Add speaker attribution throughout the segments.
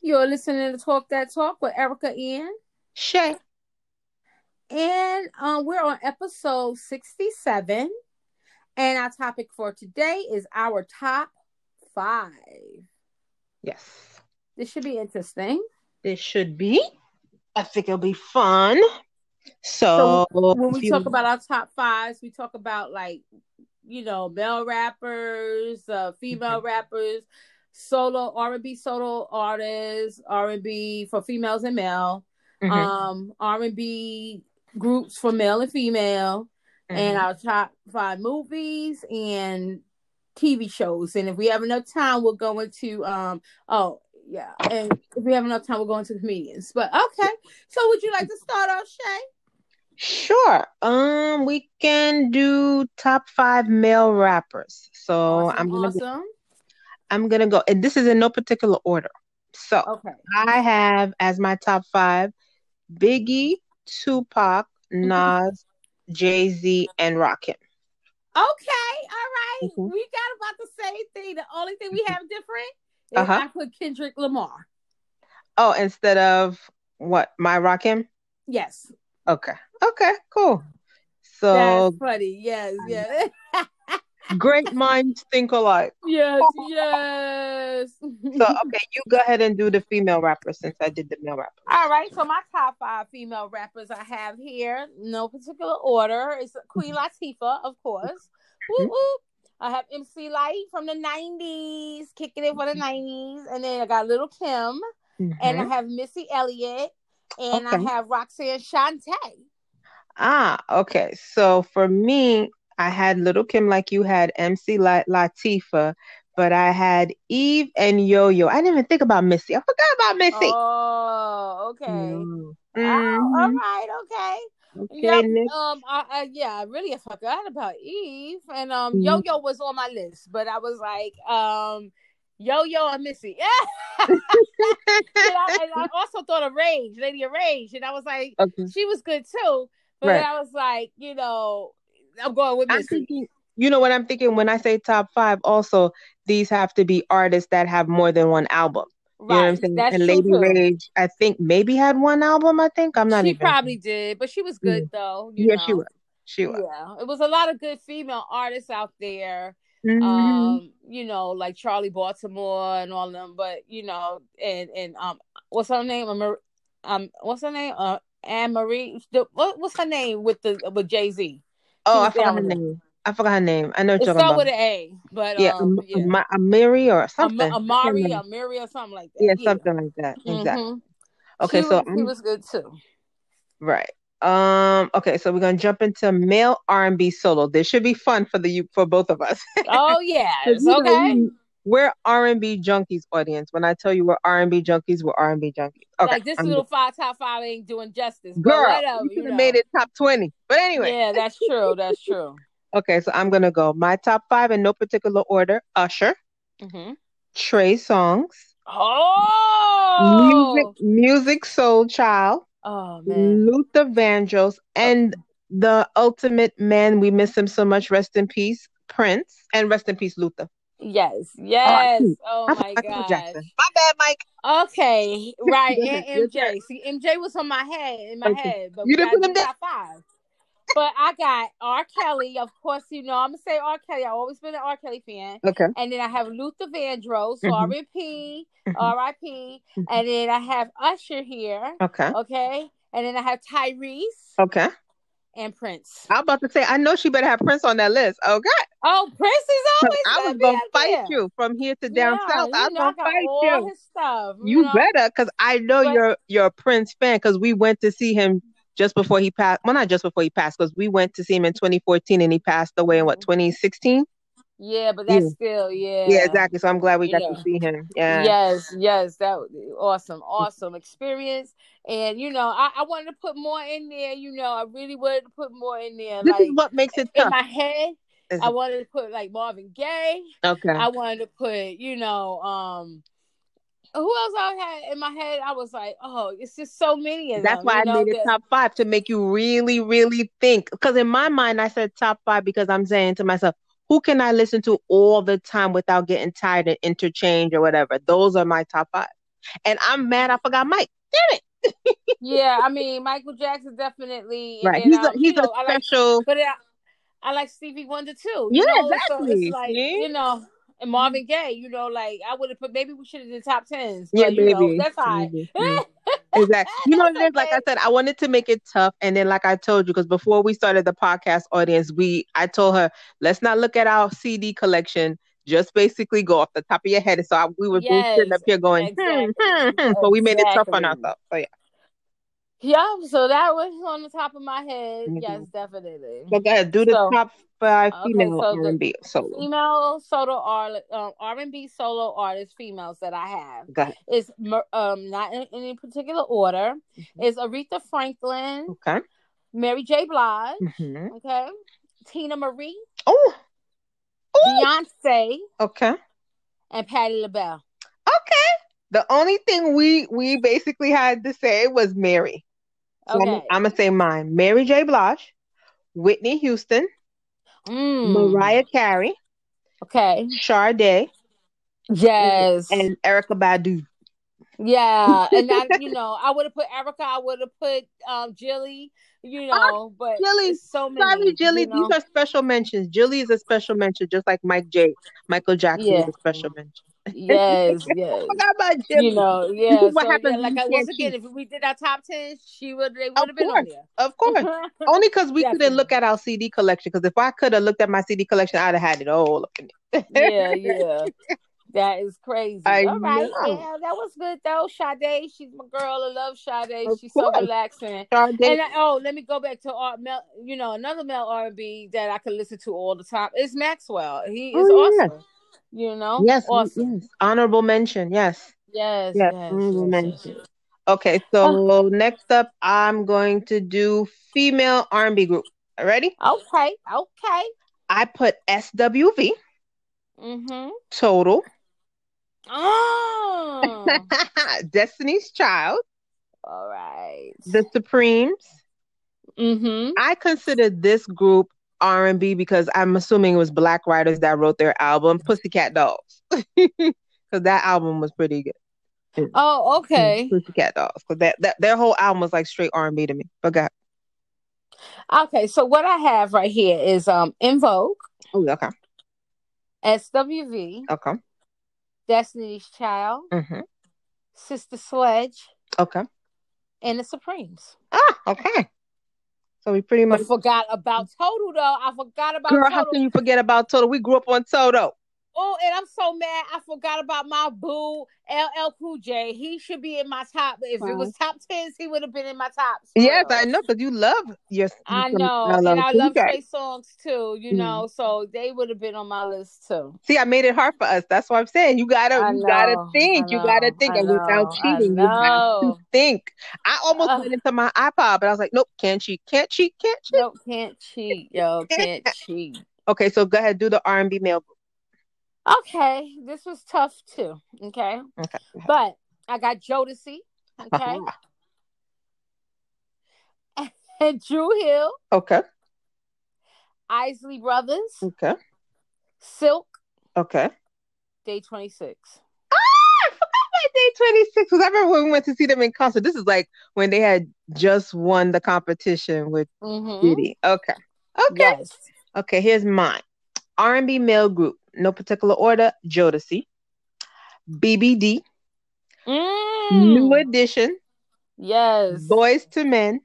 Speaker 1: You're listening to Talk That Talk with Erica Ian.
Speaker 2: Shay.
Speaker 1: And um, we're on episode 67. And our topic for today is our top five.
Speaker 2: Yes.
Speaker 1: This should be interesting.
Speaker 2: This should be. I think it'll be fun. So,
Speaker 1: When
Speaker 2: if
Speaker 1: we
Speaker 2: you-
Speaker 1: talk about our top fives, we talk about like, you know, male rappers, uh, female rappers, solo R&B solo artists, R&B for females and male,
Speaker 2: Mhm,
Speaker 1: um, R&B groups for male and female.
Speaker 2: mhm.
Speaker 1: and our top five movies and TV shows. And if we have enough time, we'll go into um oh yeah. And if we have enough time, we'll go into comedians. But okay. So would you like to start off, Shay?
Speaker 2: Sure. Um, we can do top five male rappers. So Oh, I'm gonna
Speaker 1: awesome.
Speaker 2: I'm gonna go, and this is in no particular order. So
Speaker 1: Okay.
Speaker 2: I have as my top five: Biggie, Tupac,
Speaker 1: Mm-hmm.
Speaker 2: Nas, Jay Z, and Rakim.
Speaker 1: Okay. All right.
Speaker 2: Mhm.
Speaker 1: We got about the same thing. The only thing we have different is
Speaker 2: Mm-hmm. Uh-huh.
Speaker 1: I put Kendrick Lamar.
Speaker 2: Oh, instead of what? My Rakim.
Speaker 1: Yes.
Speaker 2: Okay. Okay. Cool. So
Speaker 1: That's funny. Yes. Yes.
Speaker 2: great minds think alike.
Speaker 1: Yes. Yes.
Speaker 2: So okay, you go ahead and do the female rapper since I did the male rapper.
Speaker 1: All right, so my top five female rappers I have here, no particular order. It's Queen
Speaker 2: Mm-hmm.
Speaker 1: Latifah, of course. Whoop, whoop. I have MC Light from the 90s, kicking it
Speaker 2: Mm-hmm.
Speaker 1: for the 90s. And then I got Little Kim, and I
Speaker 2: Mhm.
Speaker 1: have Missy Elliott, and
Speaker 2: Okay.
Speaker 1: I have Roxanne Shante.
Speaker 2: Ah, okay. So for me, I had Little Kim like you had MC La- Latifah, but I had Eve and Yo Yo. I didn't even think about Missy. I forgot about Missy.
Speaker 1: Oh, okay.
Speaker 2: Mm.
Speaker 1: Oh, all
Speaker 2: Mhm.
Speaker 1: right, okay.
Speaker 2: Okay,
Speaker 1: Yep.
Speaker 2: next.
Speaker 1: Um. I, I yeah. I really forgot about Eve, and
Speaker 2: Mm-hmm.
Speaker 1: um. Yo Yo was on my list, but I was like, um, Yo Yo and Missy. and, I, and I also thought of Rage, Lady of Rage, and I was like,
Speaker 2: Okay.
Speaker 1: she was good too. But then I was like, you know, I'm going with
Speaker 2: I'm
Speaker 1: Missy.
Speaker 2: thinking, you know what I'm thinking when I say top five, also, these have to be artists that have more than one album. You know what I'm
Speaker 1: Right.
Speaker 2: saying?
Speaker 1: That's
Speaker 2: and
Speaker 1: true
Speaker 2: Lady
Speaker 1: too.
Speaker 2: Rage, I think maybe had one album. I think I'm not
Speaker 1: she
Speaker 2: even.
Speaker 1: probably did, but she was good though. You
Speaker 2: yeah,
Speaker 1: know.
Speaker 2: she was. She was.
Speaker 1: Yeah, Um, it was a lot of good female artists out there.
Speaker 2: Mhm.
Speaker 1: um you know like charlie baltimore and all them but you know and and um what's her name um, Mar- um what's her name uh anne marie the, what, what's her name with the with jay-z
Speaker 2: Oh,
Speaker 1: was
Speaker 2: I forgot
Speaker 1: down
Speaker 2: her
Speaker 1: with it.
Speaker 2: name. I forgot her name. I know what
Speaker 1: it's
Speaker 2: you're
Speaker 1: so
Speaker 2: talking
Speaker 1: with
Speaker 2: about.
Speaker 1: an a but
Speaker 2: Yeah,
Speaker 1: um
Speaker 2: Am-
Speaker 1: yeah
Speaker 2: Am- Amiri or
Speaker 1: Am-
Speaker 2: something. I can't
Speaker 1: amari
Speaker 2: remember.
Speaker 1: amiri or something like that
Speaker 2: Yeah,
Speaker 1: yeah
Speaker 2: something like that. Exactly.
Speaker 1: mm-hmm.
Speaker 2: Okay,
Speaker 1: she
Speaker 2: so
Speaker 1: was she
Speaker 2: I'm
Speaker 1: was good too
Speaker 2: right. Um. Okay, so we're gonna jump into male R&B solo. This should be fun for the you for both of us.
Speaker 1: oh
Speaker 2: 'Cause
Speaker 1: yes
Speaker 2: you know,
Speaker 1: okay
Speaker 2: we- we're R&B junkies, audience. When I tell you we're R&B junkies, we're R&B junkies. Okay,
Speaker 1: like this
Speaker 2: I'm
Speaker 1: little five top five ain't doing justice but
Speaker 2: girl.
Speaker 1: whatever
Speaker 2: You
Speaker 1: Oh, you
Speaker 2: could have
Speaker 1: know
Speaker 2: made it top twenty. But anyway,
Speaker 1: yeah that's true that's true
Speaker 2: Okay, so I'm gonna go my top five in no particular order: Usher,
Speaker 1: mm-hmm.
Speaker 2: Trey Songz, Music
Speaker 1: Oh,
Speaker 2: Music Mm. Soul Child,
Speaker 1: oh man.
Speaker 2: Luther Vandross, and the ultimate man. We miss him so much. Rest in peace, Prince, and rest in peace, Luther.
Speaker 1: Yes,
Speaker 2: R.I.P.
Speaker 1: yes. Oh
Speaker 2: I
Speaker 1: my
Speaker 2: forgot Michael
Speaker 1: gosh.
Speaker 2: Jackson. My bad, Mike.
Speaker 1: Okay, right.
Speaker 2: Go ahead,
Speaker 1: And
Speaker 2: your turn.
Speaker 1: MJ. See, MJ was on my head, in my
Speaker 2: Okay.
Speaker 1: head, but
Speaker 2: You
Speaker 1: we
Speaker 2: didn't
Speaker 1: gotta
Speaker 2: put him
Speaker 1: do
Speaker 2: down.
Speaker 1: top five. But I got R. Kelly, of course. You know, I'm gonna say R. Kelly. I've always been an R. Kelly fan.
Speaker 2: Okay.
Speaker 1: And then I have Luther Vandross, so
Speaker 2: Mhm,
Speaker 1: R.I.P.
Speaker 2: mhm,
Speaker 1: R.I.P.
Speaker 2: mhm.
Speaker 1: And then I have Usher here.
Speaker 2: Okay.
Speaker 1: Okay. And then I have Tyrese
Speaker 2: Okay.
Speaker 1: and Prince.
Speaker 2: I'm about to say, I know she better have Prince on that list. Okay.
Speaker 1: Oh, Prince is
Speaker 2: So
Speaker 1: always
Speaker 2: I was
Speaker 1: gonna be
Speaker 2: gonna
Speaker 1: up
Speaker 2: fight
Speaker 1: there.
Speaker 2: you from here to down
Speaker 1: Yeah,
Speaker 2: south.
Speaker 1: you
Speaker 2: I was
Speaker 1: know, I
Speaker 2: gonna
Speaker 1: got
Speaker 2: fight
Speaker 1: all
Speaker 2: you.
Speaker 1: his stuff, you
Speaker 2: You
Speaker 1: know.
Speaker 2: better, cause I know
Speaker 1: Mm-hmm. But
Speaker 2: you're you're a Prince fan, cause we went to see him just before he passed. Well, not just before he passed, cause we went to see him in 2014, and he passed away in what
Speaker 1: Mhm.
Speaker 2: 2016.
Speaker 1: yeah, but
Speaker 2: Yeah,
Speaker 1: that's still,
Speaker 2: yeah,
Speaker 1: yeah,
Speaker 2: exactly. So I'm glad we got to
Speaker 1: yeah.
Speaker 2: see him. Yeah.
Speaker 1: Yes, yes, that was awesome, awesome experience. And you know, I, I wanted to put more in there, you know, I really wanted to put more in there.
Speaker 2: This is
Speaker 1: Like
Speaker 2: what makes it
Speaker 1: in
Speaker 2: tough.
Speaker 1: my head,
Speaker 2: Is
Speaker 1: I
Speaker 2: it-
Speaker 1: wanted to put like Marvin Gaye.
Speaker 2: Okay.
Speaker 1: I wanted to put, you know, um who else I had in my head? I was like, oh, it's just so many of
Speaker 2: That's
Speaker 1: them,
Speaker 2: why
Speaker 1: you
Speaker 2: I
Speaker 1: know,
Speaker 2: made it
Speaker 1: that
Speaker 2: top five to make you really, really think. Because in my mind, I said top five because I'm saying to myself, who can I listen to all the time without getting tired and interchange or whatever? Those are my top five. and I'm mad I forgot Mike. Damn it.
Speaker 1: yeah, I mean Michael Jackson definitely. and
Speaker 2: Right.
Speaker 1: then,
Speaker 2: He's a
Speaker 1: um,
Speaker 2: he's
Speaker 1: you know,
Speaker 2: a
Speaker 1: I like-
Speaker 2: special
Speaker 1: but I, I like Stevie Wonder too.
Speaker 2: Yeah,
Speaker 1: you know? So
Speaker 2: exactly,
Speaker 1: it's like
Speaker 2: see?
Speaker 1: you know, and Marvin Gaye. You know, like I would have put. Maybe we should have did top tens.
Speaker 2: Yeah,
Speaker 1: But, you know,
Speaker 2: maybe.
Speaker 1: that's high.
Speaker 2: Maybe, yeah. Exactly. You know what it is?
Speaker 1: That's
Speaker 2: Like I
Speaker 1: okay.
Speaker 2: said, I wanted to make it tough. And then like I told you, because before we started the podcast audience, we I told her, let's not look at our C D collection. Just basically go off the top of your head. And so I, we were both sitting
Speaker 1: Yes,
Speaker 2: up here going, hmm, hmm,
Speaker 1: exactly,
Speaker 2: hmm. So we made it tough
Speaker 1: exactly.
Speaker 2: on ourselves. So yeah.
Speaker 1: Yeah, so that was on the top of my head.
Speaker 2: Mhm.
Speaker 1: Yes, definitely.
Speaker 2: So go ahead, do the
Speaker 1: So
Speaker 2: top five
Speaker 1: okay,
Speaker 2: female
Speaker 1: so
Speaker 2: R
Speaker 1: the
Speaker 2: and B solo.
Speaker 1: female solo R um, R and B solo artist females that I have
Speaker 2: Go ahead.
Speaker 1: is Mer- um not in any particular order
Speaker 2: Mm-hmm.
Speaker 1: is Aretha Franklin,
Speaker 2: Okay. Mm-hmm.
Speaker 1: Mary J. Blige,
Speaker 2: hmm
Speaker 1: okay, Tina Marie,
Speaker 2: Oh, oh,
Speaker 1: Beyonce,
Speaker 2: okay.
Speaker 1: and Patti LaBelle.
Speaker 2: Okay. The only thing we we basically had to say was Mary. So I'm,
Speaker 1: Okay,
Speaker 2: I'm gonna say mine: Mary J. Blige, Whitney Houston,
Speaker 1: mm.
Speaker 2: Hmm. Mariah Carey,
Speaker 1: okay,
Speaker 2: Sade, and,
Speaker 1: yes.
Speaker 2: and Erica Badu.
Speaker 1: Yeah, and I, you know, I would have put Erica, I would have put um Jilly, you know, but
Speaker 2: Jilly,
Speaker 1: it's so
Speaker 2: sorry,
Speaker 1: many,
Speaker 2: Jilly.
Speaker 1: you
Speaker 2: These
Speaker 1: know.
Speaker 2: are special mentions. Jilly is a special mention, just like Mike J. Michael Jackson is
Speaker 1: Yeah,
Speaker 2: a special mention.
Speaker 1: yes,
Speaker 2: I
Speaker 1: yes.
Speaker 2: forgot about
Speaker 1: You
Speaker 2: Jilly.
Speaker 1: know,
Speaker 2: This
Speaker 1: yeah.
Speaker 2: is what
Speaker 1: So yeah,
Speaker 2: happens when
Speaker 1: like
Speaker 2: you
Speaker 1: I once
Speaker 2: can't
Speaker 1: again,
Speaker 2: cheat.
Speaker 1: if we did our top ten, she would they would
Speaker 2: Of
Speaker 1: have been on
Speaker 2: course,
Speaker 1: there.
Speaker 2: of course. Only because we couldn't
Speaker 1: Definitely.
Speaker 2: look at our CD collection. Because if I could have looked at my CD collection, I'd have had it all up in there.
Speaker 1: Yeah, yeah. That is crazy.
Speaker 2: I
Speaker 1: All right,
Speaker 2: know,
Speaker 1: yeah, that was good though. Sade, she's my girl. I love Sade.
Speaker 2: of
Speaker 1: She's so
Speaker 2: course.
Speaker 1: relaxing.
Speaker 2: Sade,
Speaker 1: And I, oh, let me go back to art. Mel, you know, another Mel R and B that I could listen to all the time is Maxwell. He is
Speaker 2: oh yeah,
Speaker 1: awesome. You know,
Speaker 2: yes, we-
Speaker 1: awesome.
Speaker 2: yes. Honorable mention, yes,
Speaker 1: Yes,
Speaker 2: yes,
Speaker 1: yes,
Speaker 2: honorable
Speaker 1: yes, yes,
Speaker 2: mention.
Speaker 1: yes.
Speaker 2: Okay,
Speaker 1: Ah,
Speaker 2: so next up, I'm going to do female R&B group. Ready?
Speaker 1: okay, okay.
Speaker 2: I put SWV,
Speaker 1: Mhm.
Speaker 2: Total,
Speaker 1: Oh,
Speaker 2: Destiny's Child,
Speaker 1: all right.
Speaker 2: The Supremes.
Speaker 1: Mhm.
Speaker 2: I consider this group R&B because I'm assuming it was black writers that wrote their album Pussycat Dolls. Cuz that album was pretty good. Mm,
Speaker 1: Oh,
Speaker 2: mm,
Speaker 1: okay.
Speaker 2: Pussycat Dolls cuz that, that their whole album was like straight R&B to me. But God.
Speaker 1: Okay, so what I have right here is um In Vogue,
Speaker 2: Oh, okay.
Speaker 1: SWV,
Speaker 2: Okay.
Speaker 1: Destiny's Child,
Speaker 2: Mhm.
Speaker 1: Sister Sledge,
Speaker 2: Okay.
Speaker 1: and the Supremes.
Speaker 2: Ah, okay. So we pretty
Speaker 1: But
Speaker 2: much
Speaker 1: forgot about Total though. I forgot about
Speaker 2: Girl, how
Speaker 1: Total.
Speaker 2: can you forget about Toto? We grew up on Toto.
Speaker 1: Oh, and I'm so mad. I forgot about my boo, LL Cool J. He should be in my top. If it
Speaker 2: Wow.
Speaker 1: was top tens, he would have been in my tops for
Speaker 2: Yes,
Speaker 1: real.
Speaker 2: I know cuz you love your you
Speaker 1: I
Speaker 2: some
Speaker 1: know, and
Speaker 2: LL
Speaker 1: I
Speaker 2: Cool
Speaker 1: love
Speaker 2: J.
Speaker 1: space songs too. You
Speaker 2: Mm.
Speaker 1: know, so they would have been on my list too.
Speaker 2: See, I made it hard for us. That's what I'm saying. You gotta,
Speaker 1: I
Speaker 2: you gotta
Speaker 1: know, I
Speaker 2: think. You gotta
Speaker 1: know,
Speaker 2: think,
Speaker 1: I
Speaker 2: and without
Speaker 1: know, I
Speaker 2: cheating, you have to
Speaker 1: know.
Speaker 2: think. I almost
Speaker 1: Ugh.
Speaker 2: went into my iPod, but I was like, nope, can't cheat, can't cheat, can't cheat,
Speaker 1: Nope, can't cheat, yo,
Speaker 2: can't.
Speaker 1: can't cheat.
Speaker 2: Okay, so go ahead, do the R and B male. group.
Speaker 1: Okay, this was tough too. Okay,
Speaker 2: Okay. go ahead.
Speaker 1: but I got Jodeci. Okay,
Speaker 2: Uh-huh.
Speaker 1: and Drew Hill,
Speaker 2: Okay.
Speaker 1: Isley Brothers,
Speaker 2: Okay.
Speaker 1: Silk,
Speaker 2: Okay.
Speaker 1: Day Twenty Six.
Speaker 2: I forgot about Day 26 because I remember when we went to see them in concert. This is like when they had just won the competition with
Speaker 1: Mm-hmm.
Speaker 2: Diddy. Okay. Okay.
Speaker 1: Yes.
Speaker 2: Okay. Here's mine. R and B male group, no particular order. Jodeci, BBD, New
Speaker 1: Mm.
Speaker 2: Edition,
Speaker 1: Yes. Oh.
Speaker 2: Boys to Men,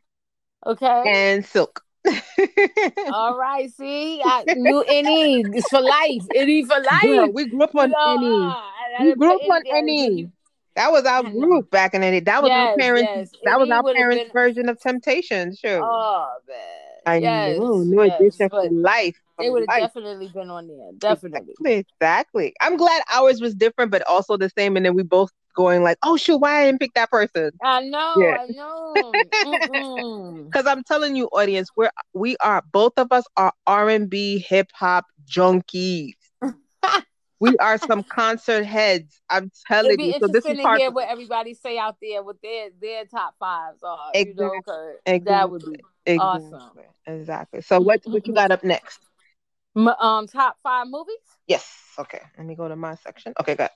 Speaker 1: Okay.
Speaker 2: and Silk.
Speaker 1: All right, see, I knew any is for life, any for
Speaker 2: Girl,
Speaker 1: life.
Speaker 2: we grew up
Speaker 1: You
Speaker 2: on
Speaker 1: know,
Speaker 2: any.
Speaker 1: ah, I, I
Speaker 2: We
Speaker 1: didn't
Speaker 2: grew
Speaker 1: put
Speaker 2: up on
Speaker 1: any there. You,
Speaker 2: any.
Speaker 1: you,
Speaker 2: That was our
Speaker 1: I know.
Speaker 2: group back in the day. That was my
Speaker 1: Yes,
Speaker 2: parents.
Speaker 1: yes,
Speaker 2: That was
Speaker 1: any
Speaker 2: our
Speaker 1: would have
Speaker 2: parents'
Speaker 1: been.
Speaker 2: version of Temptation. Sure.
Speaker 1: Oh man,
Speaker 2: I know.
Speaker 1: yes,
Speaker 2: New
Speaker 1: yes,
Speaker 2: Edition for
Speaker 1: but
Speaker 2: life. For
Speaker 1: they would have
Speaker 2: life.
Speaker 1: definitely been on there, definitely.
Speaker 2: Exactly. Exactly. I'm glad ours was different, but also the same. And then we both going like, "Oh shoot, why I didn't pick that person?"
Speaker 1: I know,
Speaker 2: Yeah.
Speaker 1: I know. Mm-mm.
Speaker 2: Because I'm telling you, audience, we're we are both of us are R and B hip hop junkies. We are some concert heads. I'm
Speaker 1: It'd
Speaker 2: telling
Speaker 1: be
Speaker 2: you. So this
Speaker 1: interesting
Speaker 2: is
Speaker 1: to
Speaker 2: hard
Speaker 1: hear
Speaker 2: for
Speaker 1: what
Speaker 2: me.
Speaker 1: everybody say out there, what their their top fives are. You
Speaker 2: Exactly.
Speaker 1: know, 'cause that would
Speaker 2: Exactly.
Speaker 1: be awesome.
Speaker 2: Exactly. Exactly. So what what you got up next?
Speaker 1: M- um, top five movies.
Speaker 2: Yes. Okay. Let me go to my section. Okay, good.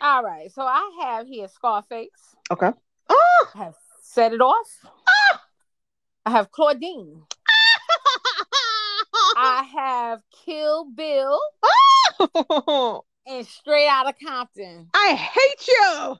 Speaker 1: All right. So I have here Scarface.
Speaker 2: Okay. Oh,
Speaker 1: I have Set It Off. I have Claudine. I have Kill Bill Ah. and Straight Outta Compton.
Speaker 2: I hate you.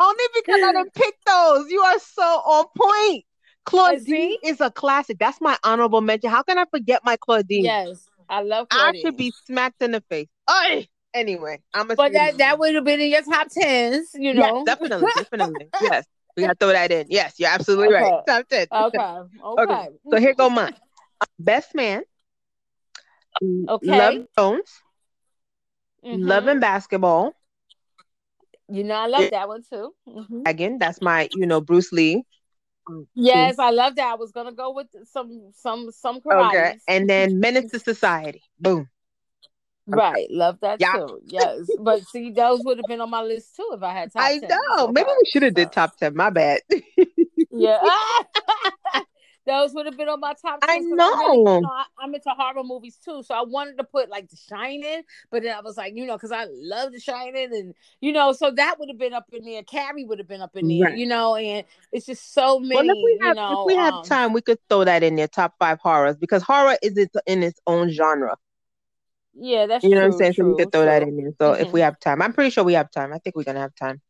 Speaker 2: Only because I didn't pick those. You are so on point. Claudine
Speaker 1: see?
Speaker 2: is a classic. That's my honorable mention. How can I forget my Claudine?
Speaker 1: Yes, I love
Speaker 2: I
Speaker 1: Claudine.
Speaker 2: should be smacked in the face. Ay! Anyway, I'm a
Speaker 1: but that that would have been in your top tens, you know.
Speaker 2: definitely, definitely. Yes. We gotta throw that in. Yes, you're absolutely right.
Speaker 1: Okay.
Speaker 2: Top 10.
Speaker 1: okay. Okay.
Speaker 2: Okay. So here go mine. Best man.
Speaker 1: Okay.
Speaker 2: Love Jones.
Speaker 1: Mhm.
Speaker 2: Loving basketball.
Speaker 1: You know, I love that one too. Mhm.
Speaker 2: Again, that's my, you know, Bruce Lee.
Speaker 1: Yes, I love that. I was gonna go with some some some karate.
Speaker 2: Okay. And then Menace to Society. Boom.
Speaker 1: Right, love that
Speaker 2: Yeah.
Speaker 1: too. Yes, but see, those would have been on my list too if I had top.
Speaker 2: I
Speaker 1: 10.
Speaker 2: know.
Speaker 1: Okay,
Speaker 2: Maybe we should have
Speaker 1: so-
Speaker 2: did top 10. My bad.
Speaker 1: Yeah, those would have been on my top. 10,
Speaker 2: I
Speaker 1: 'cause really, you
Speaker 2: know.
Speaker 1: know, I, am into horror movies too, so I wanted to put like The Shining, but then I was like, you know, because I love The Shining, and you know, so that would have been up in there. Carrie would have been up in there,
Speaker 2: Right.
Speaker 1: you know, and it's just so many.
Speaker 2: Well, if we have
Speaker 1: you know,
Speaker 2: if we have
Speaker 1: um,
Speaker 2: time, we could throw that in there, top five horrors, because horror is its, in its own genre.
Speaker 1: yeah, that's
Speaker 2: You know
Speaker 1: true,
Speaker 2: what I'm saying? so we
Speaker 1: true,
Speaker 2: could throw that
Speaker 1: true.
Speaker 2: in there. So if we
Speaker 1: Mhm.
Speaker 2: have time, I'm pretty sure we have time. I think we're gonna have time.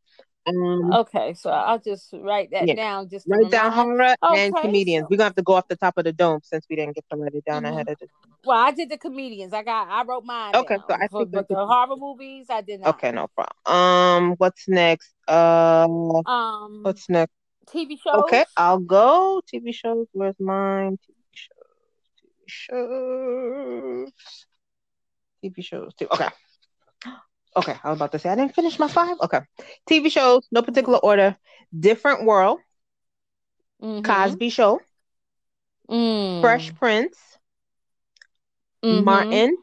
Speaker 2: Um,
Speaker 1: Okay, so I'll just write that
Speaker 2: Yeah.
Speaker 1: down. Just to
Speaker 2: write down
Speaker 1: remind-
Speaker 2: horror and
Speaker 1: mm-hmm. Okay,
Speaker 2: comedians.
Speaker 1: so-
Speaker 2: We're gonna have to go off the top of the dome since we didn't get to write it down
Speaker 1: Mhm.
Speaker 2: ahead of this.
Speaker 1: Well, I did the comedians. I got I wrote mine.
Speaker 2: Okay,
Speaker 1: down.
Speaker 2: so I
Speaker 1: For-
Speaker 2: think
Speaker 1: but
Speaker 2: we
Speaker 1: the
Speaker 2: could-
Speaker 1: horror movies I did not.
Speaker 2: Okay, no problem. Um, what's next? Uh,
Speaker 1: Um,
Speaker 2: what's next?
Speaker 1: TV shows.
Speaker 2: Okay, uh, I'll go. TV shows. Where's mine? TV shows. TV shows. TV shows. T- Okay. Okay, I was about to say I didn't finish my five. Okay, TV shows, no particular order. Different World, Mm-hmm.
Speaker 1: Mhm.
Speaker 2: Cosby Show,
Speaker 1: Mm.
Speaker 2: Fresh Prince, Mm-hmm.
Speaker 1: Mhm.
Speaker 2: Martin,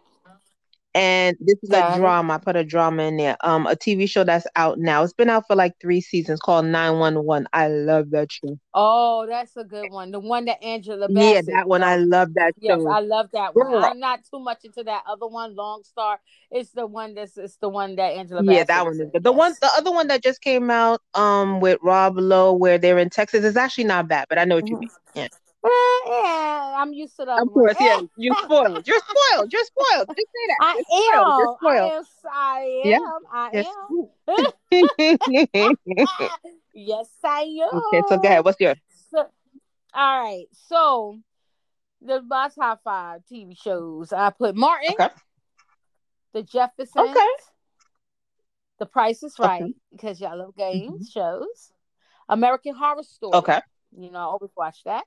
Speaker 2: and this is
Speaker 1: Got
Speaker 2: a
Speaker 1: it.
Speaker 2: drama. I put a drama in there. Um, a TV show that's out now. It's been out for like three seasons called Nine One One. I love that show.
Speaker 1: Oh, that's a good one. The one that Angela.
Speaker 2: yeah,
Speaker 1: Bassett
Speaker 2: that one. I
Speaker 1: done.
Speaker 2: love that
Speaker 1: Yes,
Speaker 2: show.
Speaker 1: I love that one.
Speaker 2: Girl.
Speaker 1: I'm not too much into that other one, Long Star. It's the one that's it's the one that Angela.
Speaker 2: yeah,
Speaker 1: Bassett
Speaker 2: that one
Speaker 1: was
Speaker 2: is
Speaker 1: in.
Speaker 2: good. The one,
Speaker 1: Yes.
Speaker 2: the other one that just came out, um, with Rob Lowe, where they're in Texas, is actually not bad. But I know what you
Speaker 1: Mhm.
Speaker 2: mean. Yeah.
Speaker 1: Eh, yeah, I'm used to the other
Speaker 2: Of
Speaker 1: one.
Speaker 2: course, yeah. You're spoiled. You're spoiled. You're spoiled. Just say that.
Speaker 1: I
Speaker 2: You're spoiled. You're
Speaker 1: am. I
Speaker 2: spoiled.
Speaker 1: am. I am.
Speaker 2: Yeah.
Speaker 1: I
Speaker 2: Yes.
Speaker 1: am.
Speaker 2: Ooh. okay,
Speaker 1: Ah, yes, I am.
Speaker 2: so go ahead. What's your
Speaker 1: So- all right. So, the my top five TV shows I put Martin,
Speaker 2: okay?
Speaker 1: The Jeffersons,
Speaker 2: Okay.
Speaker 1: The Price is
Speaker 2: Okay. Mm-hmm.
Speaker 1: Right, because y'all love games shows, American Horror Story.
Speaker 2: Okay.
Speaker 1: You know, I always watch that,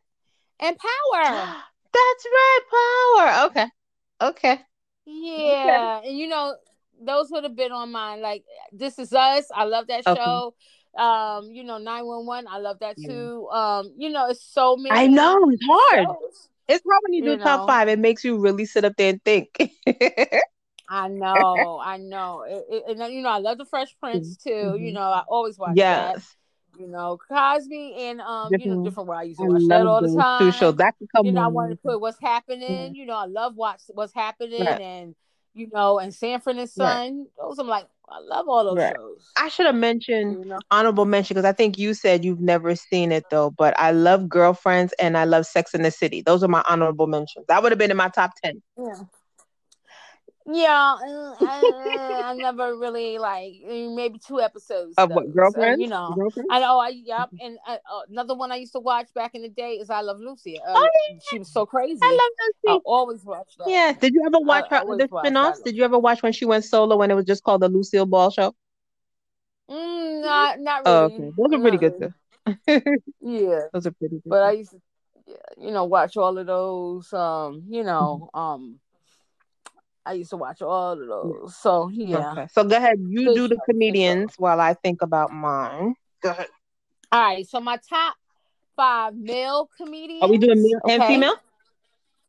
Speaker 1: and Power.
Speaker 2: That's right, power. Okay. Okay.
Speaker 1: Yeah, and you know those would have been on mine. Like This Is Us, I love that
Speaker 2: Okay.
Speaker 1: show. Um, you know Nine One One, I love that
Speaker 2: Yeah.
Speaker 1: too. Um, you know it's so many.
Speaker 2: I know it's hard.
Speaker 1: shows.
Speaker 2: It's hard when you do
Speaker 1: You
Speaker 2: top
Speaker 1: know.
Speaker 2: five. It makes you really sit up there and think.
Speaker 1: I know, I know, It- it- and then, you know I love the Fresh Prince too. You
Speaker 2: Mhm.
Speaker 1: know I always watch that.
Speaker 2: yes.
Speaker 1: You know Cosby and um, you know
Speaker 2: Different-
Speaker 1: different where I used
Speaker 2: I
Speaker 1: to watch that all
Speaker 2: love
Speaker 1: the
Speaker 2: those two
Speaker 1: time.
Speaker 2: shows. That could come
Speaker 1: you know, I
Speaker 2: on.
Speaker 1: wanted to put what's happening.
Speaker 2: Right.
Speaker 1: You know, I love watch what's happening
Speaker 2: Right.
Speaker 1: and you know, and Sanford and Son. Those I'm like, I love all those
Speaker 2: Right.
Speaker 1: shows.
Speaker 2: I should have mentioned
Speaker 1: You know,
Speaker 2: honorable mention because I think you said you've never seen it though. But I love Girlfriends and I love Sex in the City. Those are my honorable mentions. That would have been in my top ten.
Speaker 1: yeah, yeah. uh, I, I never really like eh, maybe two episodes
Speaker 2: Of what?
Speaker 1: those, uh,
Speaker 2: Girlfriends?
Speaker 1: you know.
Speaker 2: Girlfriends?
Speaker 1: I know. I yep. And uh, uh, another one I used to watch back in the day is I Love Lucy. Uh,
Speaker 2: Oh,
Speaker 1: she was so crazy.
Speaker 2: I love those
Speaker 1: I
Speaker 2: two.
Speaker 1: always watched that.
Speaker 2: Yeah. Did you ever watch
Speaker 1: Oh, I
Speaker 2: her
Speaker 1: always
Speaker 2: other
Speaker 1: watched that.
Speaker 2: spin-offs? Did you ever watch when she went solo and it was just called the Lucille Ball Show?
Speaker 1: Mm, not not
Speaker 2: Oh,
Speaker 1: really.
Speaker 2: okay. Those are pretty
Speaker 1: Not
Speaker 2: good
Speaker 1: really.
Speaker 2: though.
Speaker 1: Yeah.
Speaker 2: Those are pretty good.
Speaker 1: but I used to, yeah, you know, watch all of those. Um, you know, um, I used to watch all of those. So yeah,
Speaker 2: Okay. So go ahead. You
Speaker 1: good
Speaker 2: do the
Speaker 1: show, good show.
Speaker 2: comedians while I think about mine. Go ahead.
Speaker 1: All right, so my top five male comedians.
Speaker 2: Are we doing male and
Speaker 1: Okay.
Speaker 2: female?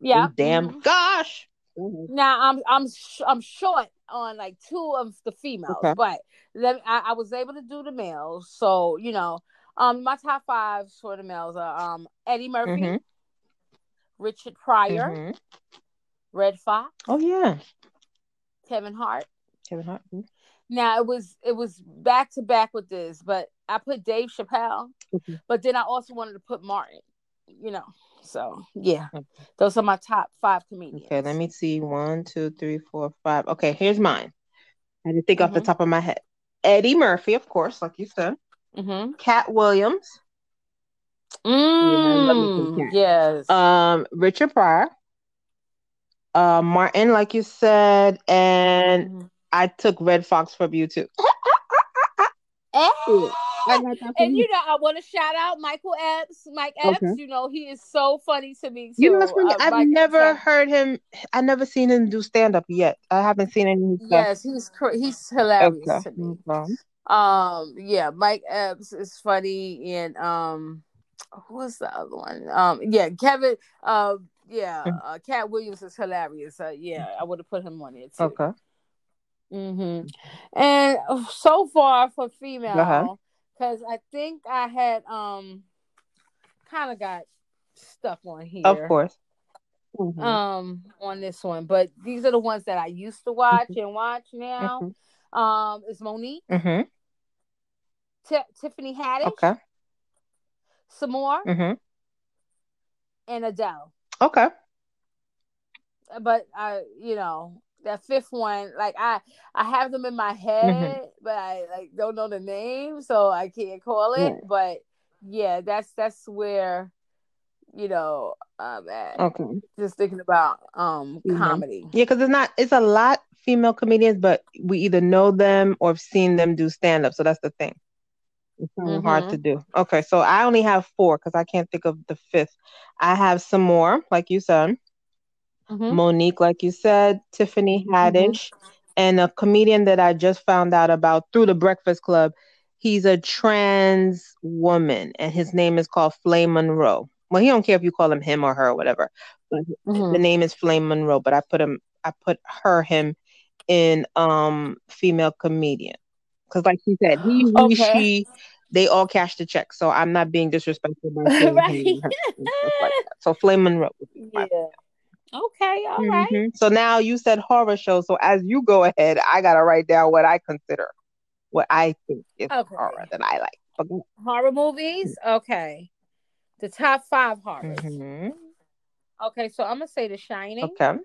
Speaker 1: Yeah.
Speaker 2: Oh, damn.
Speaker 1: mhm.
Speaker 2: Gosh. Mhm.
Speaker 1: Now I'm I'm sh- I'm short on like two of the females,
Speaker 2: Okay.
Speaker 1: but let I, I was able to do the males. So you know, um, my top fives for the males are um Eddie Murphy,
Speaker 2: Mhm.
Speaker 1: Richard Pryor,
Speaker 2: Mhm.
Speaker 1: Red Fox,
Speaker 2: Oh yeah.
Speaker 1: Kevin Hart.
Speaker 2: Kevin Hart. mhm.
Speaker 1: Now it was it was back to back with this, but I put Dave Chappelle,
Speaker 2: Mhm.
Speaker 1: but then I also wanted to put Martin. You know, so yeah, those are my top five comedians.
Speaker 2: Okay, let me see. One, two, three, four, five. Okay, here's mine. I didn't think off the
Speaker 1: Mhm.
Speaker 2: top of my head. Eddie Murphy, of course, like you said.
Speaker 1: Mm-hmm.
Speaker 2: Cat Williams. love me some
Speaker 1: Mm,
Speaker 2: cat.
Speaker 1: yes.
Speaker 2: Um, Richard Pryor. Uh, Martin, like you said, and
Speaker 1: Mhm.
Speaker 2: I took Red Fox from you too. Oh,
Speaker 1: Eh.
Speaker 2: I got that
Speaker 1: And you know, I want to shout out Michael Epps. Mike Epps,
Speaker 2: Okay.
Speaker 1: you know, he is so funny to me. Too.
Speaker 2: You know, what's funny?
Speaker 1: Uh,
Speaker 2: I've
Speaker 1: Mike Epps
Speaker 2: never
Speaker 1: has-
Speaker 2: heard him. I've never seen him do stand up yet. I haven't seen any of his stuff.
Speaker 1: Yes, he's cr- he's hilarious
Speaker 2: Okay. Mm-hmm.
Speaker 1: to me.
Speaker 2: Okay.
Speaker 1: Um, yeah, Mike Epps is funny, and um, who was the other one? Um, yeah, Kevin. Uh, yeah,
Speaker 2: Mm.
Speaker 1: uh, Cat Williams is hilarious. Uh, yeah, I would have put him on it too.
Speaker 2: Okay.
Speaker 1: Mm-hmm. And uh, so far for
Speaker 2: ahead.
Speaker 1: female, because I think I had um kind of got stuck on here.
Speaker 2: Of course. Mhm.
Speaker 1: Um, on this one, but these are the ones that I used to watch
Speaker 2: Mm-hmm.
Speaker 1: and watch now.
Speaker 2: Mhm.
Speaker 1: Um, is Monique,
Speaker 2: Mhm.
Speaker 1: Ti Tiffany Haddish,
Speaker 2: Okay.
Speaker 1: some more,
Speaker 2: Mhm.
Speaker 1: and Adele.
Speaker 2: Okay.
Speaker 1: But I, you know, that fifth one, like I, I have them in my
Speaker 2: Mm-hmm.
Speaker 1: head, but I like don't know the name, so I can't call it.
Speaker 2: Right.
Speaker 1: But yeah, that's that's where, you know, um, at.
Speaker 2: Okay.
Speaker 1: just thinking about um
Speaker 2: Mhm.
Speaker 1: comedy.
Speaker 2: Yeah, because it's not. It's a lot female comedians, but we either know them or have seen them do stand up. So that's the thing. It's kind of hard
Speaker 1: Mhm.
Speaker 2: to do. Okay, so I only have four because I can't think of the fifth. I have some more, like you said.
Speaker 1: Mhm.
Speaker 2: Monique, like you said, Tiffany Haddish, and a comedian that I just found out about through the Breakfast Club. He's a trans woman, and his name is called Flame Monroe. Well, he don't care if you call him him or her or whatever, but
Speaker 1: Mhm.
Speaker 2: the name is Flame Monroe. But I put him, I put her, him in um female comedian because, like she said, he, he,
Speaker 1: Okay.
Speaker 2: she, they all cash the check. So I'm not being disrespectful by saying him
Speaker 1: right.
Speaker 2: or her and stuff like that. So Flame Monroe would be my
Speaker 1: yeah. Okay. All right.
Speaker 2: Mhm. So now you said horror show. So as you go ahead, I gotta write down what I consider, what I think is
Speaker 1: Okay.
Speaker 2: horror that I like. But go-
Speaker 1: Horror movies.
Speaker 2: Mm-hmm.
Speaker 1: Okay. The top five horrors.
Speaker 2: Mhm.
Speaker 1: Okay. So I'm gonna say The Shining.
Speaker 2: Okay.
Speaker 1: I'm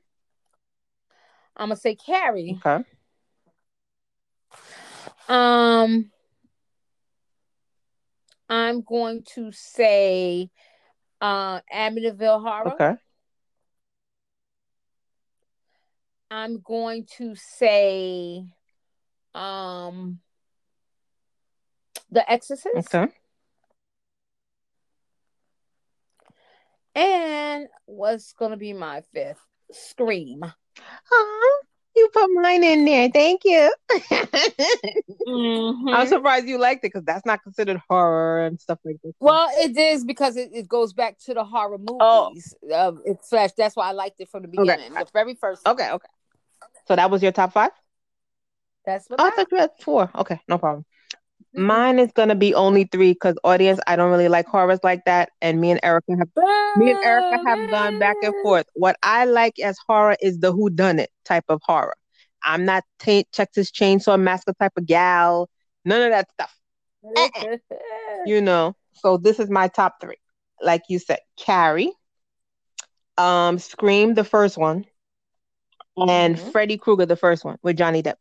Speaker 1: gonna say Carrie.
Speaker 2: Okay.
Speaker 1: Um. I'm going to say, uh, Amityville Horror.
Speaker 2: Okay.
Speaker 1: I'm going to say, um, The Exorcist.
Speaker 2: Okay.
Speaker 1: And what's gonna be my fifth? Scream.
Speaker 2: Aw, you put mine in there. Thank you. I'm
Speaker 1: Mm-hmm.
Speaker 2: surprised you liked it because that's not considered horror and stuff like that.
Speaker 1: Well, it is because it, it goes back to the horror
Speaker 2: Oh.
Speaker 1: movies. Um, it flash. That's why I liked it from the
Speaker 2: Okay. Oh.
Speaker 1: beginning, the very first.
Speaker 2: Okay. Okay. So that was your top five?
Speaker 1: That's what.
Speaker 2: Oh, I
Speaker 1: I,
Speaker 2: thought you had four. Okay. No problem.
Speaker 1: Mm-hmm.
Speaker 2: Mine is gonna be only three because audience, I don't really like horrors like that. And me and Erica have me and Erica
Speaker 1: Oh,
Speaker 2: have gone back and forth. What I like as horror is the who done it type of horror. I'm not t- Texas Chainsaw Massacre type of gal. None of that stuff,
Speaker 1: Eh.
Speaker 2: you know. So this is my top three. Like you said, Carrie, um, Scream, the first one, and
Speaker 1: Mhm.
Speaker 2: Freddy Krueger, the first one with Johnny Depp.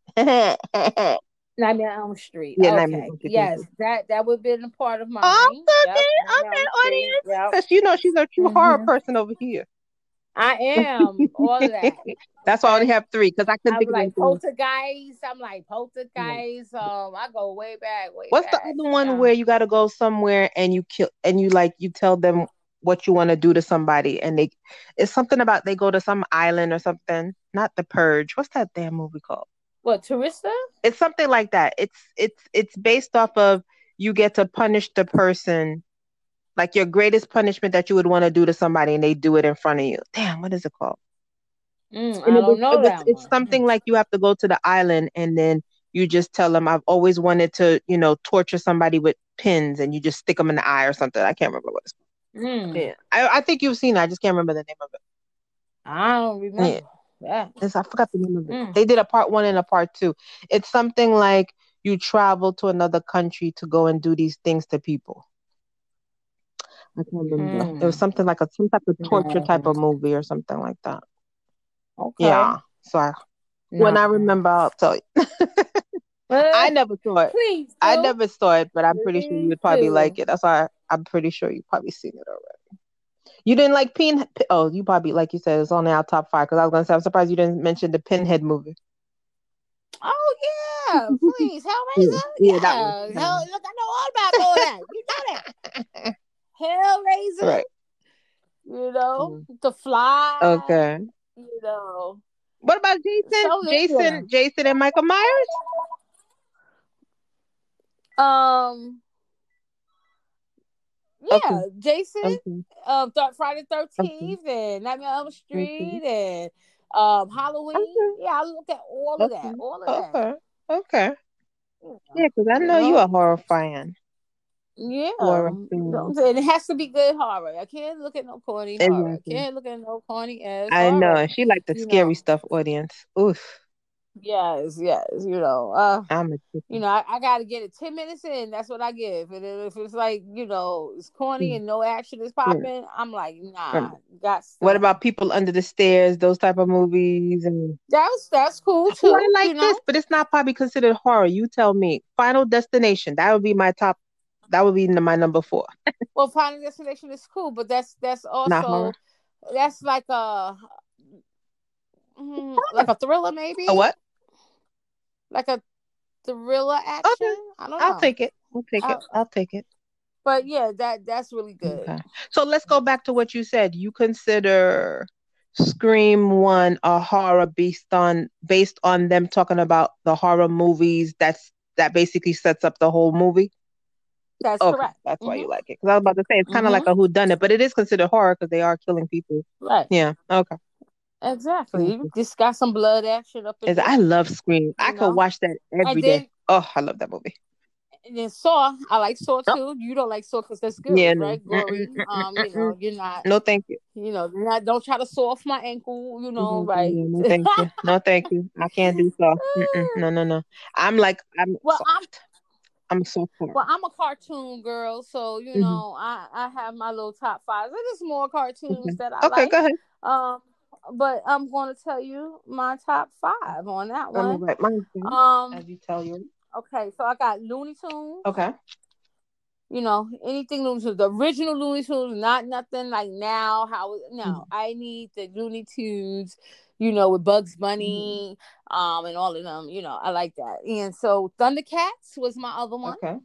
Speaker 1: Nightmare on Elm Street.
Speaker 2: Yeah, Nightmare on
Speaker 1: okay.
Speaker 2: Elm Street, thank
Speaker 1: Yes, that that would be a part of mine.
Speaker 2: Oh,
Speaker 1: Yep, Nightmare on
Speaker 2: okay,
Speaker 1: Elm Street.
Speaker 2: audience.
Speaker 1: Yep.
Speaker 2: Because you know she's a true horror
Speaker 1: Mhm.
Speaker 2: person over here.
Speaker 1: I am all of that.
Speaker 2: That's why I only
Speaker 1: Okay.
Speaker 2: have three because I couldn't
Speaker 1: I'm
Speaker 2: think of
Speaker 1: like
Speaker 2: anything. else.
Speaker 1: poltergeist. I'm like poltergeist. Um, I go way back, way
Speaker 2: What's the
Speaker 1: back.
Speaker 2: other one
Speaker 1: Um,
Speaker 2: where you got to go somewhere and you kill and you like you tell them what you want to do to somebody and they it's something about they go to some island or something. Not the Purge. What's that damn movie called?
Speaker 1: what Teresa?
Speaker 2: It's something like that. It's it's it's based off of you get to punish the person like your greatest punishment that you would want to do to somebody and they do it in front of you. Damn, what is it called?
Speaker 1: Mm,
Speaker 2: And
Speaker 1: I
Speaker 2: it was,
Speaker 1: don't
Speaker 2: it
Speaker 1: know
Speaker 2: was,
Speaker 1: that
Speaker 2: it's
Speaker 1: one.
Speaker 2: something like you have to go to the island and then you just tell them, I've always wanted to, you know, torture somebody with pins and you just stick them in the eye or something. I can't remember what it's
Speaker 1: Mm,
Speaker 2: Yeah. I, I think you've seen it. I just can't remember the name of
Speaker 1: I don't
Speaker 2: it. Yeah.
Speaker 1: remember. Yeah.
Speaker 2: It's, I forgot the name of it.
Speaker 1: Mm.
Speaker 2: They did a part one and a part two. It's something like you travel to another country to go and do these things to people. I can't remember. It was
Speaker 1: Mm.
Speaker 2: something like a some type of torture type of
Speaker 1: Mm.
Speaker 2: movie or something like that.
Speaker 1: Okay.
Speaker 2: Yeah. So I, when I remember, I'll tell you. I never saw it.
Speaker 1: Please.
Speaker 2: I
Speaker 1: do.
Speaker 2: never saw it, but I'm pretty sure
Speaker 1: Me
Speaker 2: you'd probably
Speaker 1: too.
Speaker 2: like it. That's why I, am pretty sure you've probably seen it already. You didn't like Pin? P- Oh, you probably like you said it's only our top five because I was gonna say I'm surprised you didn't mention the Pinhead movie.
Speaker 1: Oh yeah, please, Hellraiser.
Speaker 2: Yeah,
Speaker 1: Yeah,
Speaker 2: yeah, that one. That
Speaker 1: Hell,
Speaker 2: one.
Speaker 1: look, I know all about all that. You know that Hellraiser.
Speaker 2: Right.
Speaker 1: You know the Fly.
Speaker 2: Okay.
Speaker 1: You know.
Speaker 2: What about Jason?
Speaker 1: So this
Speaker 2: Jason,
Speaker 1: year.
Speaker 2: Jason, and Michael Myers.
Speaker 1: Um. Yeah,
Speaker 2: Okay.
Speaker 1: Jason.
Speaker 2: Okay.
Speaker 1: Um, th- Friday
Speaker 2: Okay.
Speaker 1: Thirteenth and Nightmare on Elm Street and um Halloween.
Speaker 2: Okay.
Speaker 1: Yeah, I looked at all of
Speaker 2: Okay.
Speaker 1: that. All of that.
Speaker 2: Okay. Okay.
Speaker 1: you know.
Speaker 2: Yeah, because I
Speaker 1: You
Speaker 2: know you
Speaker 1: know?
Speaker 2: are horrifying.
Speaker 1: Yeah, Mm,
Speaker 2: Horror
Speaker 1: you know what I'm
Speaker 2: film.
Speaker 1: saying? it has to be good horror. I can't look at no corny horror. I
Speaker 2: Exactly.
Speaker 1: can't look at no corny ass
Speaker 2: I know.
Speaker 1: horror.
Speaker 2: and She like the
Speaker 1: You know,
Speaker 2: scary stuff, audience. Oof.
Speaker 1: yes, yes, you know, uh,
Speaker 2: I'm a chicken.
Speaker 1: you know, I, I got to get it ten minutes in. That's what I give. And then if it's like you know, it's corny
Speaker 2: Mm,
Speaker 1: and no action is
Speaker 2: mm,
Speaker 1: popping, I'm like, nah,
Speaker 2: mm.
Speaker 1: got
Speaker 2: What
Speaker 1: to.
Speaker 2: about people under the stairs? Those type of movies. And
Speaker 1: That's that's cool
Speaker 2: oh, I
Speaker 1: too.
Speaker 2: like
Speaker 1: You
Speaker 2: this,
Speaker 1: know,
Speaker 2: but it's not probably considered horror. You tell me. Final Destination. That would be my top. That would be n- my number four.
Speaker 1: well, Final Destination is cool, but that's that's
Speaker 2: Not horror.
Speaker 1: also that's like a mm, like a thriller
Speaker 2: A
Speaker 1: maybe,
Speaker 2: what?
Speaker 1: like a thriller
Speaker 2: Okay.
Speaker 1: action. I don't
Speaker 2: I'll
Speaker 1: know.
Speaker 2: take it. I'll take
Speaker 1: I,
Speaker 2: it. I'll take it.
Speaker 1: but yeah, that that's really good.
Speaker 2: Okay. So let's go back to what you said. You consider Scream One a horror based on based on them talking about the horror movies. That's that basically sets up the whole movie.
Speaker 1: That's
Speaker 2: Okay,
Speaker 1: correct.
Speaker 2: that's why
Speaker 1: Mhm.
Speaker 2: you like it. Because I was about to say it's kind of like
Speaker 1: Mhm.
Speaker 2: a whodunit, but it is considered horror because they are killing people.
Speaker 1: Right.
Speaker 2: Yeah. Okay.
Speaker 1: Exactly. You
Speaker 2: Gotcha.
Speaker 1: just got some blood action up in
Speaker 2: Is I
Speaker 1: there,
Speaker 2: love Scream. I
Speaker 1: you
Speaker 2: could
Speaker 1: know.
Speaker 2: watch that
Speaker 1: And
Speaker 2: every day.
Speaker 1: then
Speaker 2: Oh, I love that movie.
Speaker 1: and then Saw. I like Saw
Speaker 2: Oh,
Speaker 1: too. You don't like Saw because that's
Speaker 2: yeah.
Speaker 1: gory,
Speaker 2: No.
Speaker 1: right?
Speaker 2: Mm-mm,
Speaker 1: Gory.
Speaker 2: mm-mm,
Speaker 1: Um. You
Speaker 2: mm-mm.
Speaker 1: know. You're not.
Speaker 2: No, thank you.
Speaker 1: You know. you're Not, don't try to saw off my ankle. You know.
Speaker 2: Mhm,
Speaker 1: Right.
Speaker 2: yeah, No, thank you. No, thank you. I can't do so. Mm-mm, no, no, no. I'm like I'm
Speaker 1: well, I'm
Speaker 2: soft. I'm so far.
Speaker 1: Well, I'm a cartoon girl, so you
Speaker 2: hmm
Speaker 1: know I I have my little top fives. And There's more cartoons
Speaker 2: Okay.
Speaker 1: that I
Speaker 2: Okay,
Speaker 1: like,
Speaker 2: go ahead.
Speaker 1: um, but I'm going to tell you my top five on that
Speaker 2: I'm gonna
Speaker 1: one.
Speaker 2: write mine down
Speaker 1: Um,
Speaker 2: as you tell you.
Speaker 1: okay, so I got Looney Tunes.
Speaker 2: Okay.
Speaker 1: You know anything Looney Tunes, the original Looney Tunes, not nothing like now. How no,
Speaker 2: Mhm,
Speaker 1: I need the Looney Tunes. You know with Bugs
Speaker 2: mhm.
Speaker 1: Bunny, um, and all of them. You know I like that. And so Thundercats was my other one.
Speaker 2: Okay.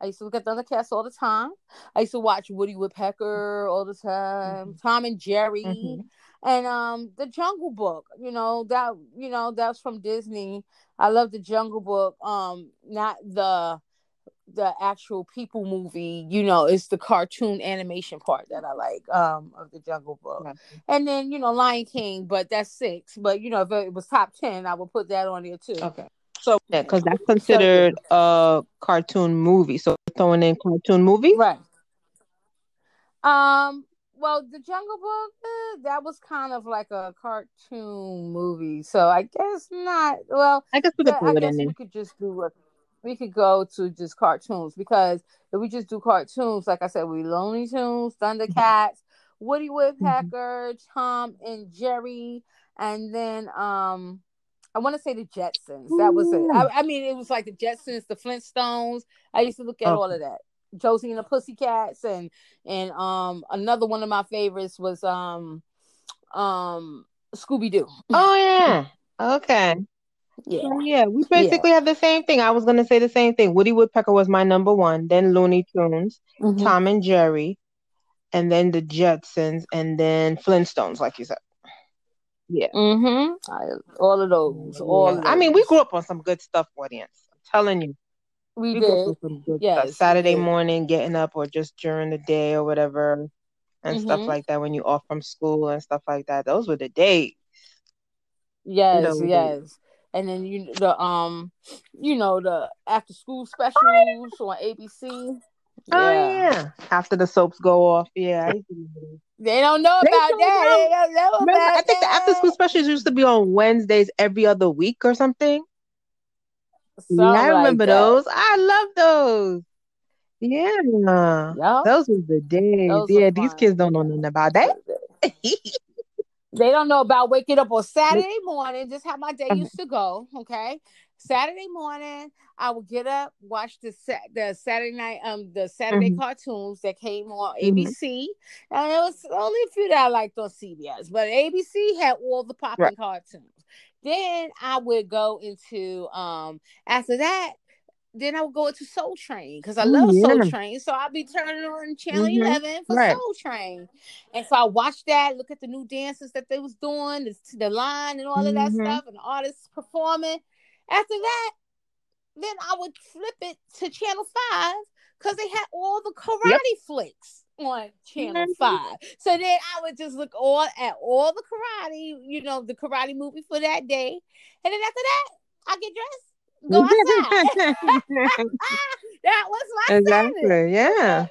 Speaker 1: I used to look at Thundercats all the time. I used to watch Woody Woodpecker all the time,
Speaker 2: Mhm,
Speaker 1: Tom and Jerry,
Speaker 2: mhm,
Speaker 1: and um the Jungle Book. You know that you know that's from Disney. I love the Jungle Book. Um, not the the actual people movie. You know, it's the cartoon animation part that I like. Um, of the Jungle Book,
Speaker 2: gotcha.
Speaker 1: and then you know Lion King, but that's six. But you know, if it was top ten, I would put that on there too.
Speaker 2: Okay. So Oh, yeah,
Speaker 1: You
Speaker 2: because
Speaker 1: know,
Speaker 2: that's
Speaker 1: so yeah,
Speaker 2: considered a cartoon movie. So we're throwing in cartoon movie.
Speaker 1: right. Um, well, the Jungle Book eh, that was kind of like a cartoon movie, so I guess not. Well,
Speaker 2: I guess we could
Speaker 1: that
Speaker 2: throw
Speaker 1: I
Speaker 2: it in
Speaker 1: guess
Speaker 2: there.
Speaker 1: we could just do what we could go to just cartoons because if we just do cartoons, like I said, we Looney Tunes, Thundercats, Woody
Speaker 2: Mm-hmm.
Speaker 1: Woodpecker, Tom and Jerry, and then um. I want to say the Jetsons. That was it. I, I mean, it was like the Jetsons, the Flintstones. I used to look at all
Speaker 2: Okay.
Speaker 1: of that. Josie and the Pussycats and and um another one of my favorites was um um Scooby Doo.
Speaker 2: Oh yeah. Okay.
Speaker 1: Yeah.
Speaker 2: So Oh, yeah, we
Speaker 1: Yeah.
Speaker 2: basically have the same thing. I was gonna say the same thing. Woody Woodpecker was my number one, then Looney Tunes,
Speaker 1: hmm
Speaker 2: Tom and Jerry, and then the Jetsons, and then Flintstones, like you said. Yeah,
Speaker 1: hmm I, all of those. All
Speaker 2: yeah.
Speaker 1: of
Speaker 2: Mm-hmm. I mean, we grew
Speaker 1: those.
Speaker 2: up on some good stuff, audience. I'm telling you,
Speaker 1: We
Speaker 2: we grew up
Speaker 1: did.
Speaker 2: on some good stuff.
Speaker 1: Yes, we
Speaker 2: Saturday
Speaker 1: did.
Speaker 2: morning, getting up, or just during the day, or whatever, and stuff
Speaker 1: hmm
Speaker 2: like that. When you off from school and stuff like that, those were the days.
Speaker 1: Yes,
Speaker 2: Those days.
Speaker 1: yes. And then you the um you know the after school specials on ABC.
Speaker 2: Oh yeah. After the soaps go off. Yeah. I used to do that.
Speaker 1: They don't know
Speaker 2: They
Speaker 1: about
Speaker 2: don't
Speaker 1: that.
Speaker 2: know.
Speaker 1: They don't know
Speaker 2: Remember,
Speaker 1: about
Speaker 2: I think the
Speaker 1: that.
Speaker 2: after school specials used to be on Wednesdays every other week or something.
Speaker 1: Something
Speaker 2: yeah, I
Speaker 1: like
Speaker 2: remember
Speaker 1: that.
Speaker 2: those. I love those. Yeah.
Speaker 1: Yup.
Speaker 2: Those was the days.
Speaker 1: Those were
Speaker 2: yeah, these
Speaker 1: fun.
Speaker 2: kids don't know nothing about that.
Speaker 1: They don't know about waking up on Saturday morning, just how my day
Speaker 2: Uh-huh.
Speaker 1: used to go. Okay. Saturday morning, I would get up, watch the set the Saturday night, um, the Saturday
Speaker 2: Mhm.
Speaker 1: cartoons that came on
Speaker 2: Mhm.
Speaker 1: ABC. And there was only a few that I liked on CBS, but ABC had all the popping
Speaker 2: Right.
Speaker 1: cartoons. Then I would go into um after that, then I would go into Soul Train because I
Speaker 2: Oh,
Speaker 1: love Soul
Speaker 2: yeah.
Speaker 1: Train. So I'll be turning on Channel
Speaker 2: Mhm.
Speaker 1: 11 for
Speaker 2: Right.
Speaker 1: Soul Train. And so I watched that, look at the new dances that they was doing, the, the line and all of that
Speaker 2: Mhm.
Speaker 1: stuff, and artists performing. After that, then I would flip it to Channel 5 because they had all the karate
Speaker 2: Yep.
Speaker 1: flicks on Channel
Speaker 2: Mhm.
Speaker 1: 5. So then I would just look all at all the karate, you know, the karate movie for that day. And then after that, I get dressed, go outside. Ah, that was my Saturday.
Speaker 2: exactly. Yeah.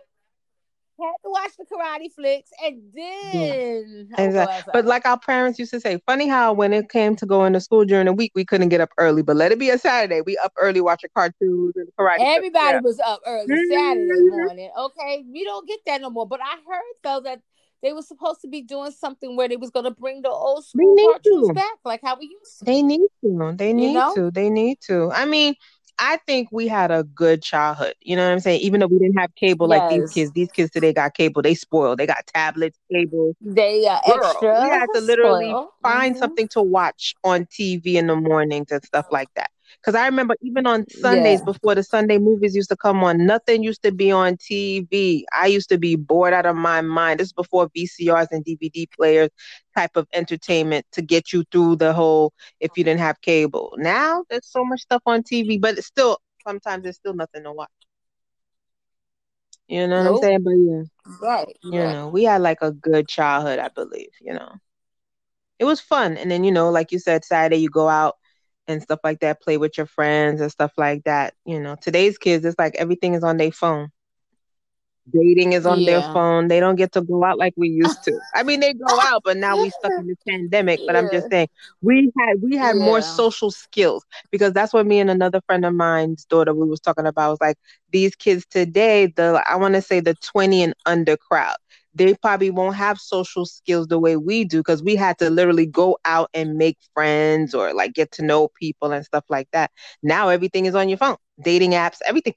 Speaker 1: Had to watch the karate flicks and then I would go
Speaker 2: Exactly.
Speaker 1: outside.
Speaker 2: But like our parents used to say, funny how when it came to going to school during the week, we couldn't get up early, but let it be a Saturday. We up early watching cartoons and karate. stuff.
Speaker 1: Everybody
Speaker 2: Yeah.
Speaker 1: was up early Saturday
Speaker 2: Mhm.
Speaker 1: morning. Okay, you don't get that no more. But I heard though that they were supposed to be doing something where they was gonna bring the old
Speaker 2: We
Speaker 1: school
Speaker 2: need
Speaker 1: cartoons
Speaker 2: to.
Speaker 1: back, like how we used to.
Speaker 2: They need to. They need
Speaker 1: know?
Speaker 2: to. They need to. I mean, I think we had a good childhood. You know what I'm saying? Even though we didn't have cable like these
Speaker 1: Yes,
Speaker 2: kids, these kids today got cable. They spoiled. They got tablets, cable.
Speaker 1: they are
Speaker 2: Girl, we
Speaker 1: extra
Speaker 2: had to literally
Speaker 1: spoil.
Speaker 2: find
Speaker 1: hmm
Speaker 2: something to watch on TV in the mornings and stuff like that. Because I remember even on Sundays
Speaker 1: Yeah,
Speaker 2: before the Sunday movies used to come on, nothing used to be on TV. I used to be bored out of my mind. This is before VCRs and DVD players type of entertainment to get you through the whole if you didn't have cable. Now there's so much stuff on TV, but it's still sometimes there's still nothing to watch. You know what I'm
Speaker 1: nope,
Speaker 2: saying? But yeah,
Speaker 1: right,
Speaker 2: you
Speaker 1: right.
Speaker 2: know, we had like a good childhood, I believe, you know it was fun. And then, you know, like you said, Saturday you go out and stuff like that, play with your friends and stuff like that. You know, today's kids, it's like everything is on their phone. Dating is on their
Speaker 1: Yeah,
Speaker 2: phone. They don't get to go out like we used to. I mean, they go out, but now we stuck in this pandemic. But I'm
Speaker 1: yeah,
Speaker 2: just saying, we had we had more
Speaker 1: yeah.
Speaker 2: social skills because that's what me and another friend of mine's daughter we was talking about. Was like these kids today, the I want to say the 20 and under crowd. They probably won't have social skills the way we do because we had to literally go out and make friends or like get to know people and stuff like that. Now everything is on your phone, dating apps, everything.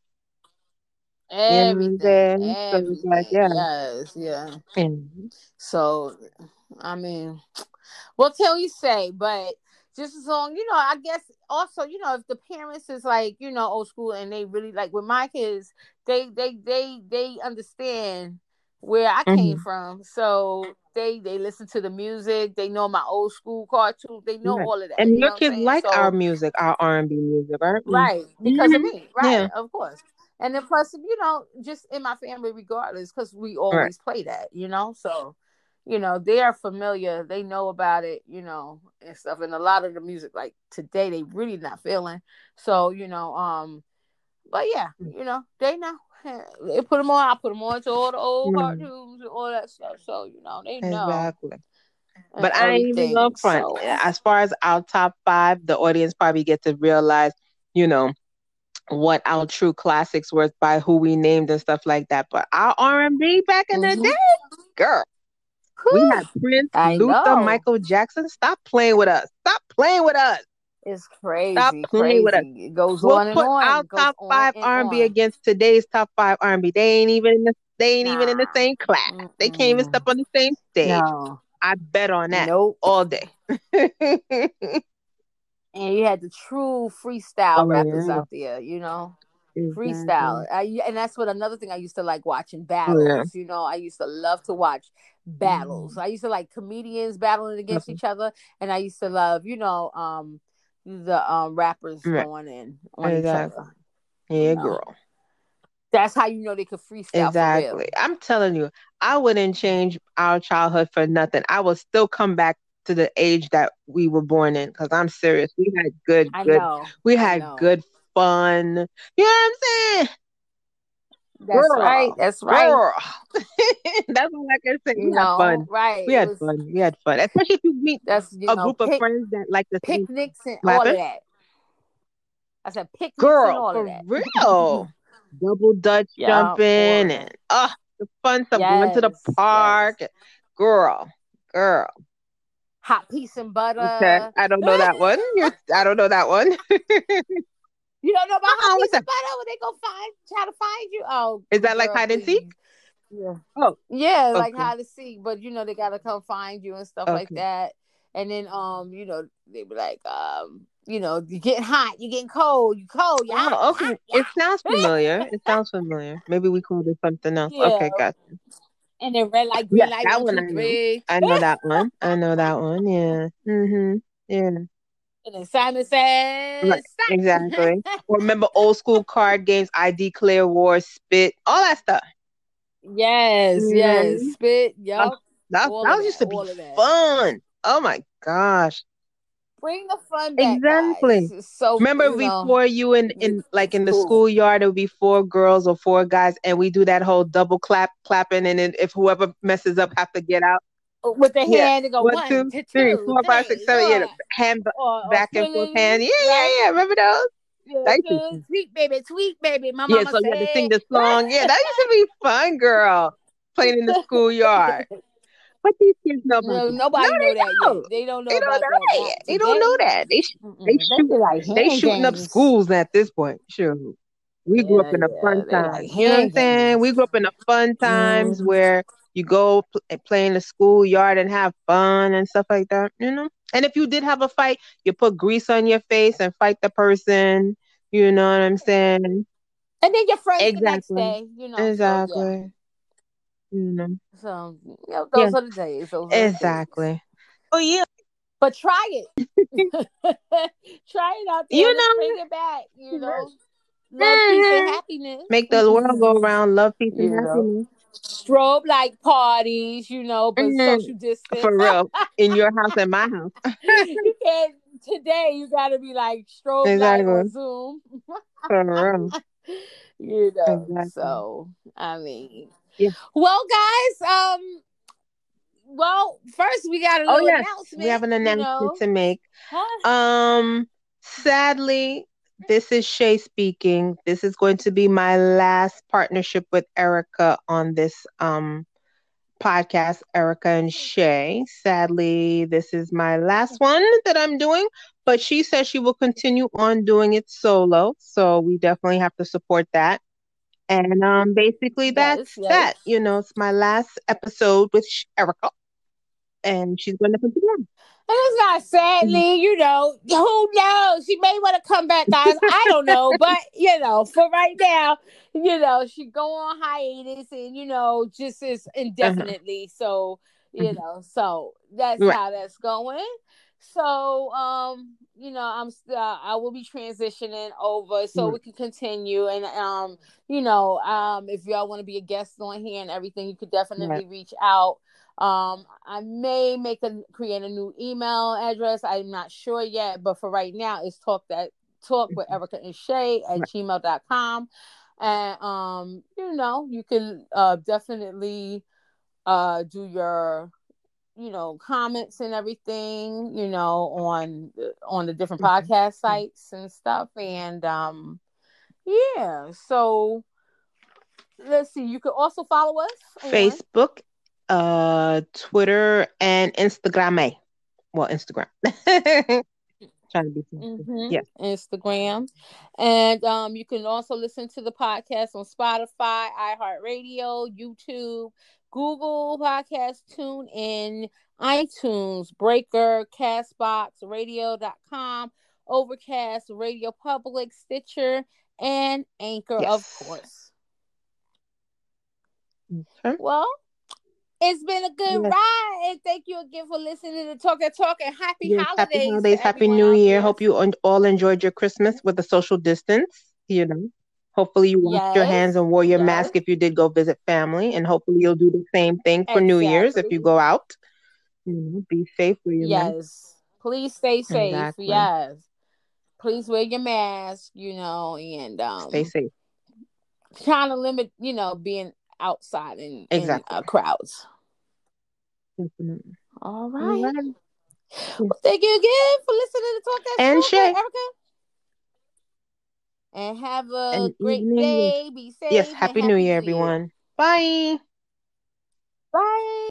Speaker 2: You know what I'm
Speaker 1: Everything,
Speaker 2: saying? So it's like,
Speaker 1: everything.
Speaker 2: yeah.
Speaker 1: Yes, yeah.
Speaker 2: Mhm.
Speaker 1: So, I mean, what can you say? But just as long, you know, I guess also, you know, if the parents is like, you know, old school and they really like with my kids, they they they they understand where I came
Speaker 2: Mhm.
Speaker 1: from. So they they listen to the music, they know my old school cartoons, they know
Speaker 2: Right.
Speaker 1: all of that.
Speaker 2: And
Speaker 1: You know what
Speaker 2: your
Speaker 1: I'm
Speaker 2: kids
Speaker 1: saying?
Speaker 2: like our
Speaker 1: So
Speaker 2: music, our R and B music, right? Mm.
Speaker 1: Right, because of
Speaker 2: Mhm.
Speaker 1: me. Right,
Speaker 2: Yeah.
Speaker 1: of course. And then plus, you know, just in my family, regardless, because we
Speaker 2: Right.
Speaker 1: always play that, you know. So, you know, they are familiar. They know about it, you know, and stuff. And a lot of the music, like today, they really not feeling. So, you know, um, but yeah,
Speaker 2: Mm.
Speaker 1: you know, they know. They put them on. I put them on to all the old
Speaker 2: Mm.
Speaker 1: cartoons and all that stuff. So, you know, they know
Speaker 2: Exactly.
Speaker 1: and
Speaker 2: But I ain't even
Speaker 1: everything.
Speaker 2: going front.
Speaker 1: So,
Speaker 2: As far as our top five, the audience probably get to realize, you know, what our true classics were by who we named and stuff like that. But our R and B back in the
Speaker 1: hmm
Speaker 2: day, girl, Mm-hmm. we had Prince,
Speaker 1: I
Speaker 2: Luther,
Speaker 1: know.
Speaker 2: Michael Jackson. Stop playing with us. Stop playing with us.
Speaker 1: It's
Speaker 2: Stop
Speaker 1: crazy,
Speaker 2: playing with us.
Speaker 1: crazy. It goes
Speaker 2: we'll
Speaker 1: on and
Speaker 2: put
Speaker 1: on.
Speaker 2: our
Speaker 1: It goes
Speaker 2: top
Speaker 1: on
Speaker 2: five
Speaker 1: and
Speaker 2: R and B
Speaker 1: on.
Speaker 2: against today's top five R and B. They ain't even in the they ain't even in the
Speaker 1: Nah.
Speaker 2: same class. They can't even step
Speaker 1: Mm-mm.
Speaker 2: on the same stage.
Speaker 1: No.
Speaker 2: I bet on that
Speaker 1: Nope.
Speaker 2: all day. oh
Speaker 1: And you had the true freestyle rappers
Speaker 2: Oh, yeah,
Speaker 1: out there, you know? Freestyle.
Speaker 2: exactly.
Speaker 1: I, and that's what another thing I used to like watching
Speaker 2: Oh yeah.
Speaker 1: battles. You know, I used to love to watch battles.
Speaker 2: Mhm.
Speaker 1: I used to like comedians battling against
Speaker 2: Mhm.
Speaker 1: each other. And I used to love, you know, um, the um, rappers
Speaker 2: Right.
Speaker 1: going in on each
Speaker 2: Exactly.
Speaker 1: other. You
Speaker 2: Yeah,
Speaker 1: know,
Speaker 2: girl.
Speaker 1: that's how you know they could freestyle for real.
Speaker 2: Exactly. I'm telling you, I wouldn't change our childhood for nothing. I will still come back to the age that we were born in because I'm serious. We had good,
Speaker 1: I
Speaker 2: good,
Speaker 1: know.
Speaker 2: we
Speaker 1: I
Speaker 2: had
Speaker 1: know.
Speaker 2: good fun. You know what I'm saying?
Speaker 1: That's
Speaker 2: Girl.
Speaker 1: right. That's right.
Speaker 2: Girl. That's all I can say. We
Speaker 1: You know,
Speaker 2: had fun.
Speaker 1: right?
Speaker 2: We
Speaker 1: It
Speaker 2: had
Speaker 1: was-
Speaker 2: fun. We had fun. Especially if you meet
Speaker 1: That's you
Speaker 2: a
Speaker 1: know,
Speaker 2: group of
Speaker 1: pic-
Speaker 2: friends that like the same.
Speaker 1: picnics and all
Speaker 2: Laugh
Speaker 1: of
Speaker 2: it?
Speaker 1: that. I said picnics and
Speaker 2: Girl,
Speaker 1: all of
Speaker 2: for
Speaker 1: that.
Speaker 2: real. Double Dutch
Speaker 1: Yeah,
Speaker 2: jumping
Speaker 1: all
Speaker 2: and oh, the fun stuff. Going
Speaker 1: Yes,
Speaker 2: to the
Speaker 1: yes.
Speaker 2: park. Girl, girl.
Speaker 1: Hot piece and butter.
Speaker 2: Okay, I don't know that one. You're, I don't know that one.
Speaker 1: You don't know about
Speaker 2: Uh-uh,
Speaker 1: hot
Speaker 2: what's
Speaker 1: piece and butter when they go find try to find you. Oh,
Speaker 2: Is that like
Speaker 1: girl,
Speaker 2: hide and
Speaker 1: please.
Speaker 2: seek?
Speaker 1: Yeah.
Speaker 2: Oh,
Speaker 1: Yeah, like
Speaker 2: okay.
Speaker 1: hide and seek, but you know they gotta come find you and stuff like
Speaker 2: Okay.
Speaker 1: that. And then um, you know, they be like, um, you know, you getting hot, you getting cold, you cold, you hot, you
Speaker 2: Oh, okay.
Speaker 1: hot, you
Speaker 2: It
Speaker 1: hot.
Speaker 2: sounds familiar. It sounds familiar. Maybe we called it something else.
Speaker 1: Yeah.
Speaker 2: Okay, gotcha.
Speaker 1: And then red light, green
Speaker 2: Yes,
Speaker 1: light,
Speaker 2: that
Speaker 1: one, two,
Speaker 2: one I know.
Speaker 1: three.
Speaker 2: I know that one. I know that one. Yeah. Mhm. Yeah.
Speaker 1: And then Simon
Speaker 2: Right.
Speaker 1: says, stop.
Speaker 2: Exactly. Or remember old school card games, I declare war, spit, all that stuff.
Speaker 1: yes,
Speaker 2: You know what I
Speaker 1: yes.
Speaker 2: mean?
Speaker 1: Spit,
Speaker 2: Um,
Speaker 1: yup.
Speaker 2: That
Speaker 1: All
Speaker 2: that
Speaker 1: of
Speaker 2: used
Speaker 1: that,
Speaker 2: to be
Speaker 1: all of that.
Speaker 2: fun. Oh my gosh.
Speaker 1: Bring the fun back,
Speaker 2: Exactly.
Speaker 1: guys. It's so,
Speaker 2: Remember
Speaker 1: you know,
Speaker 2: before you in in
Speaker 1: it's,
Speaker 2: like
Speaker 1: it's
Speaker 2: in the
Speaker 1: cool.
Speaker 2: schoolyard it would be four girls or four guys and we do that whole double clap clapping and then if whoever messes up have to get out.
Speaker 1: With the
Speaker 2: Yeah.
Speaker 1: hand, they go
Speaker 2: One,
Speaker 1: one,
Speaker 2: two,
Speaker 1: two,
Speaker 2: three,
Speaker 1: two,
Speaker 2: four, five, six,
Speaker 1: three,
Speaker 2: seven, yeah,
Speaker 1: four.
Speaker 2: the hand b-
Speaker 1: Or, or
Speaker 2: back and forth hand.
Speaker 1: swinging,
Speaker 2: Yeah, yeah,
Speaker 1: right?
Speaker 2: yeah. Remember those? That
Speaker 1: Yeah,
Speaker 2: used to
Speaker 1: good. Tweet, baby, tweet, baby. My
Speaker 2: Yeah,
Speaker 1: mama
Speaker 2: so you had to sing
Speaker 1: said.
Speaker 2: the song. Yeah, that used to be fun, girl. Playing in the schoolyard. But these kids know about
Speaker 1: no,
Speaker 2: that. No,
Speaker 1: nobody know
Speaker 2: they
Speaker 1: that yet.
Speaker 2: don't.
Speaker 1: They don't know
Speaker 2: They don't
Speaker 1: about
Speaker 2: know
Speaker 1: that.
Speaker 2: that
Speaker 1: Not
Speaker 2: yet. They don't
Speaker 1: today.
Speaker 2: know that. They sh- they
Speaker 1: Mm-mm. Mm, They
Speaker 2: shoot
Speaker 1: be like
Speaker 2: they
Speaker 1: hand
Speaker 2: shooting up
Speaker 1: games.
Speaker 2: schools at this point. Sure. We grew up
Speaker 1: Yeah,
Speaker 2: in a
Speaker 1: yeah.
Speaker 2: fun
Speaker 1: They
Speaker 2: time.
Speaker 1: like
Speaker 2: You know what I'm
Speaker 1: hand
Speaker 2: saying? We
Speaker 1: games.
Speaker 2: grew up in the fun times
Speaker 1: Mm.
Speaker 2: where you go pl- eh, play in the schoolyard and have fun and stuff like that. You know. And if you did have a fight, you put grease on your face and fight the person. You know what I'm saying?
Speaker 1: And then your friends the next
Speaker 2: Exactly.
Speaker 1: day, you know. So yeah.
Speaker 2: Exactly. You know.
Speaker 1: So you know,
Speaker 2: Yeah.
Speaker 1: those are the days. Those are the days.
Speaker 2: Exactly. Oh yeah.
Speaker 1: But try it. try it out there.
Speaker 2: You
Speaker 1: Let's
Speaker 2: know.
Speaker 1: bring it back. You know, love, peace, and
Speaker 2: Mhm.
Speaker 1: happiness.
Speaker 2: Make the world go round. Love, peace, and
Speaker 1: you know,
Speaker 2: happiness.
Speaker 1: strobe light parties. You know, but
Speaker 2: Mhm.
Speaker 1: social distance.
Speaker 2: For real. In your house and my house.
Speaker 1: you can't today. You got to be like strobe light on
Speaker 2: Exactly.
Speaker 1: Zoom.
Speaker 2: For real.
Speaker 1: you know,
Speaker 2: Exactly.
Speaker 1: so I mean,
Speaker 2: Yeah.
Speaker 1: well, guys, um, well, first we got a
Speaker 2: Oh
Speaker 1: little
Speaker 2: yes. We
Speaker 1: announcement,
Speaker 2: have an
Speaker 1: you
Speaker 2: announcement
Speaker 1: know.
Speaker 2: to make.
Speaker 1: Huh?
Speaker 2: Um sadly, this is Shay speaking. This is going to be my last partnership with Erica on this um podcast, Erica and Shay. Sadly, this is my last one that I'm doing, but she says she will continue on doing it solo. So we definitely have to support that. And um, basically,
Speaker 1: Yes,
Speaker 2: that's
Speaker 1: yes.
Speaker 2: that. You know, it's my last episode with Sh- Erica, and she's going to continue on.
Speaker 1: And it's not
Speaker 2: Mhm.
Speaker 1: sadly, you know, who knows? She may want to come back, guys. I don't know, but you know, for right now, you know, she go on hiatus and you know, just is
Speaker 2: Uh-huh.
Speaker 1: indefinitely. So, you
Speaker 2: Mhm.
Speaker 1: know, so that's
Speaker 2: Right.
Speaker 1: how that's going. So, um, you know, I'm st- uh, I will be transitioning over so
Speaker 2: Right.
Speaker 1: we can continue and um, you know, um if y'all want to be a guest on here and everything, you could
Speaker 2: Right.
Speaker 1: definitely reach out. Um, I may make a create a new email address. I'm not sure yet, but for right now, it's talk that talk with
Speaker 2: Mhm.
Speaker 1: Erica and Shay at
Speaker 2: Right.
Speaker 1: gmail.com. And um, you know, you can uh definitely uh do your you know comments and everything, you know, on the- on the different
Speaker 2: Mhm.
Speaker 1: podcast
Speaker 2: Mhm.
Speaker 1: sites and stuff. And um yeah, so let's see, you can also follow us on
Speaker 2: Facebook, uh, Twitter, and Instagram. Well, Instagram. Trying to be fancy.
Speaker 1: hmm
Speaker 2: Yes.
Speaker 1: Instagram. And um, you can also listen to the podcast on Spotify, iHeartRadio, YouTube, Google Podcast, TuneIn, iTunes, Breaker, Castbox, Radio.com, Overcast, Radio Public, Stitcher, and Anchor, of
Speaker 2: Yes.
Speaker 1: course. Mm-hmm.
Speaker 2: Okay.
Speaker 1: Well, it's been a good
Speaker 2: Yes.
Speaker 1: ride. And thank you again for listening to Talk and Talk. And happy
Speaker 2: Yes, happy
Speaker 1: holidays
Speaker 2: holidays,
Speaker 1: to
Speaker 2: happy
Speaker 1: everyone
Speaker 2: new
Speaker 1: out
Speaker 2: year.
Speaker 1: there. Mm-hmm.
Speaker 2: Hope you en- all enjoyed your Christmas with a social distance. You know, hopefully you washed your
Speaker 1: Yes,
Speaker 2: hands and wore your
Speaker 1: yes.
Speaker 2: mask if you did go visit family, and hopefully you'll do the same thing for New Year's if
Speaker 1: Exactly.
Speaker 2: you go out. You know, be safe, wear your mask.
Speaker 1: Yes. Please stay safe.
Speaker 2: Exactly.
Speaker 1: Yes. Please wear your mask, you know, and
Speaker 2: Stay
Speaker 1: um
Speaker 2: safe.
Speaker 1: trying to limit, you know, being outside in,
Speaker 2: Exactly.
Speaker 1: in uh, crowds.
Speaker 2: Definitely.
Speaker 1: All
Speaker 2: All
Speaker 1: right.
Speaker 2: right.
Speaker 1: Well, thank you again for listening to Talk That
Speaker 2: And
Speaker 1: Smoke
Speaker 2: share.
Speaker 1: with Erica. And have a
Speaker 2: And
Speaker 1: great
Speaker 2: New Year.
Speaker 1: day. Be safe.
Speaker 2: Yes,
Speaker 1: and
Speaker 2: happy new year,
Speaker 1: New Year.
Speaker 2: everyone. Bye.
Speaker 1: Bye.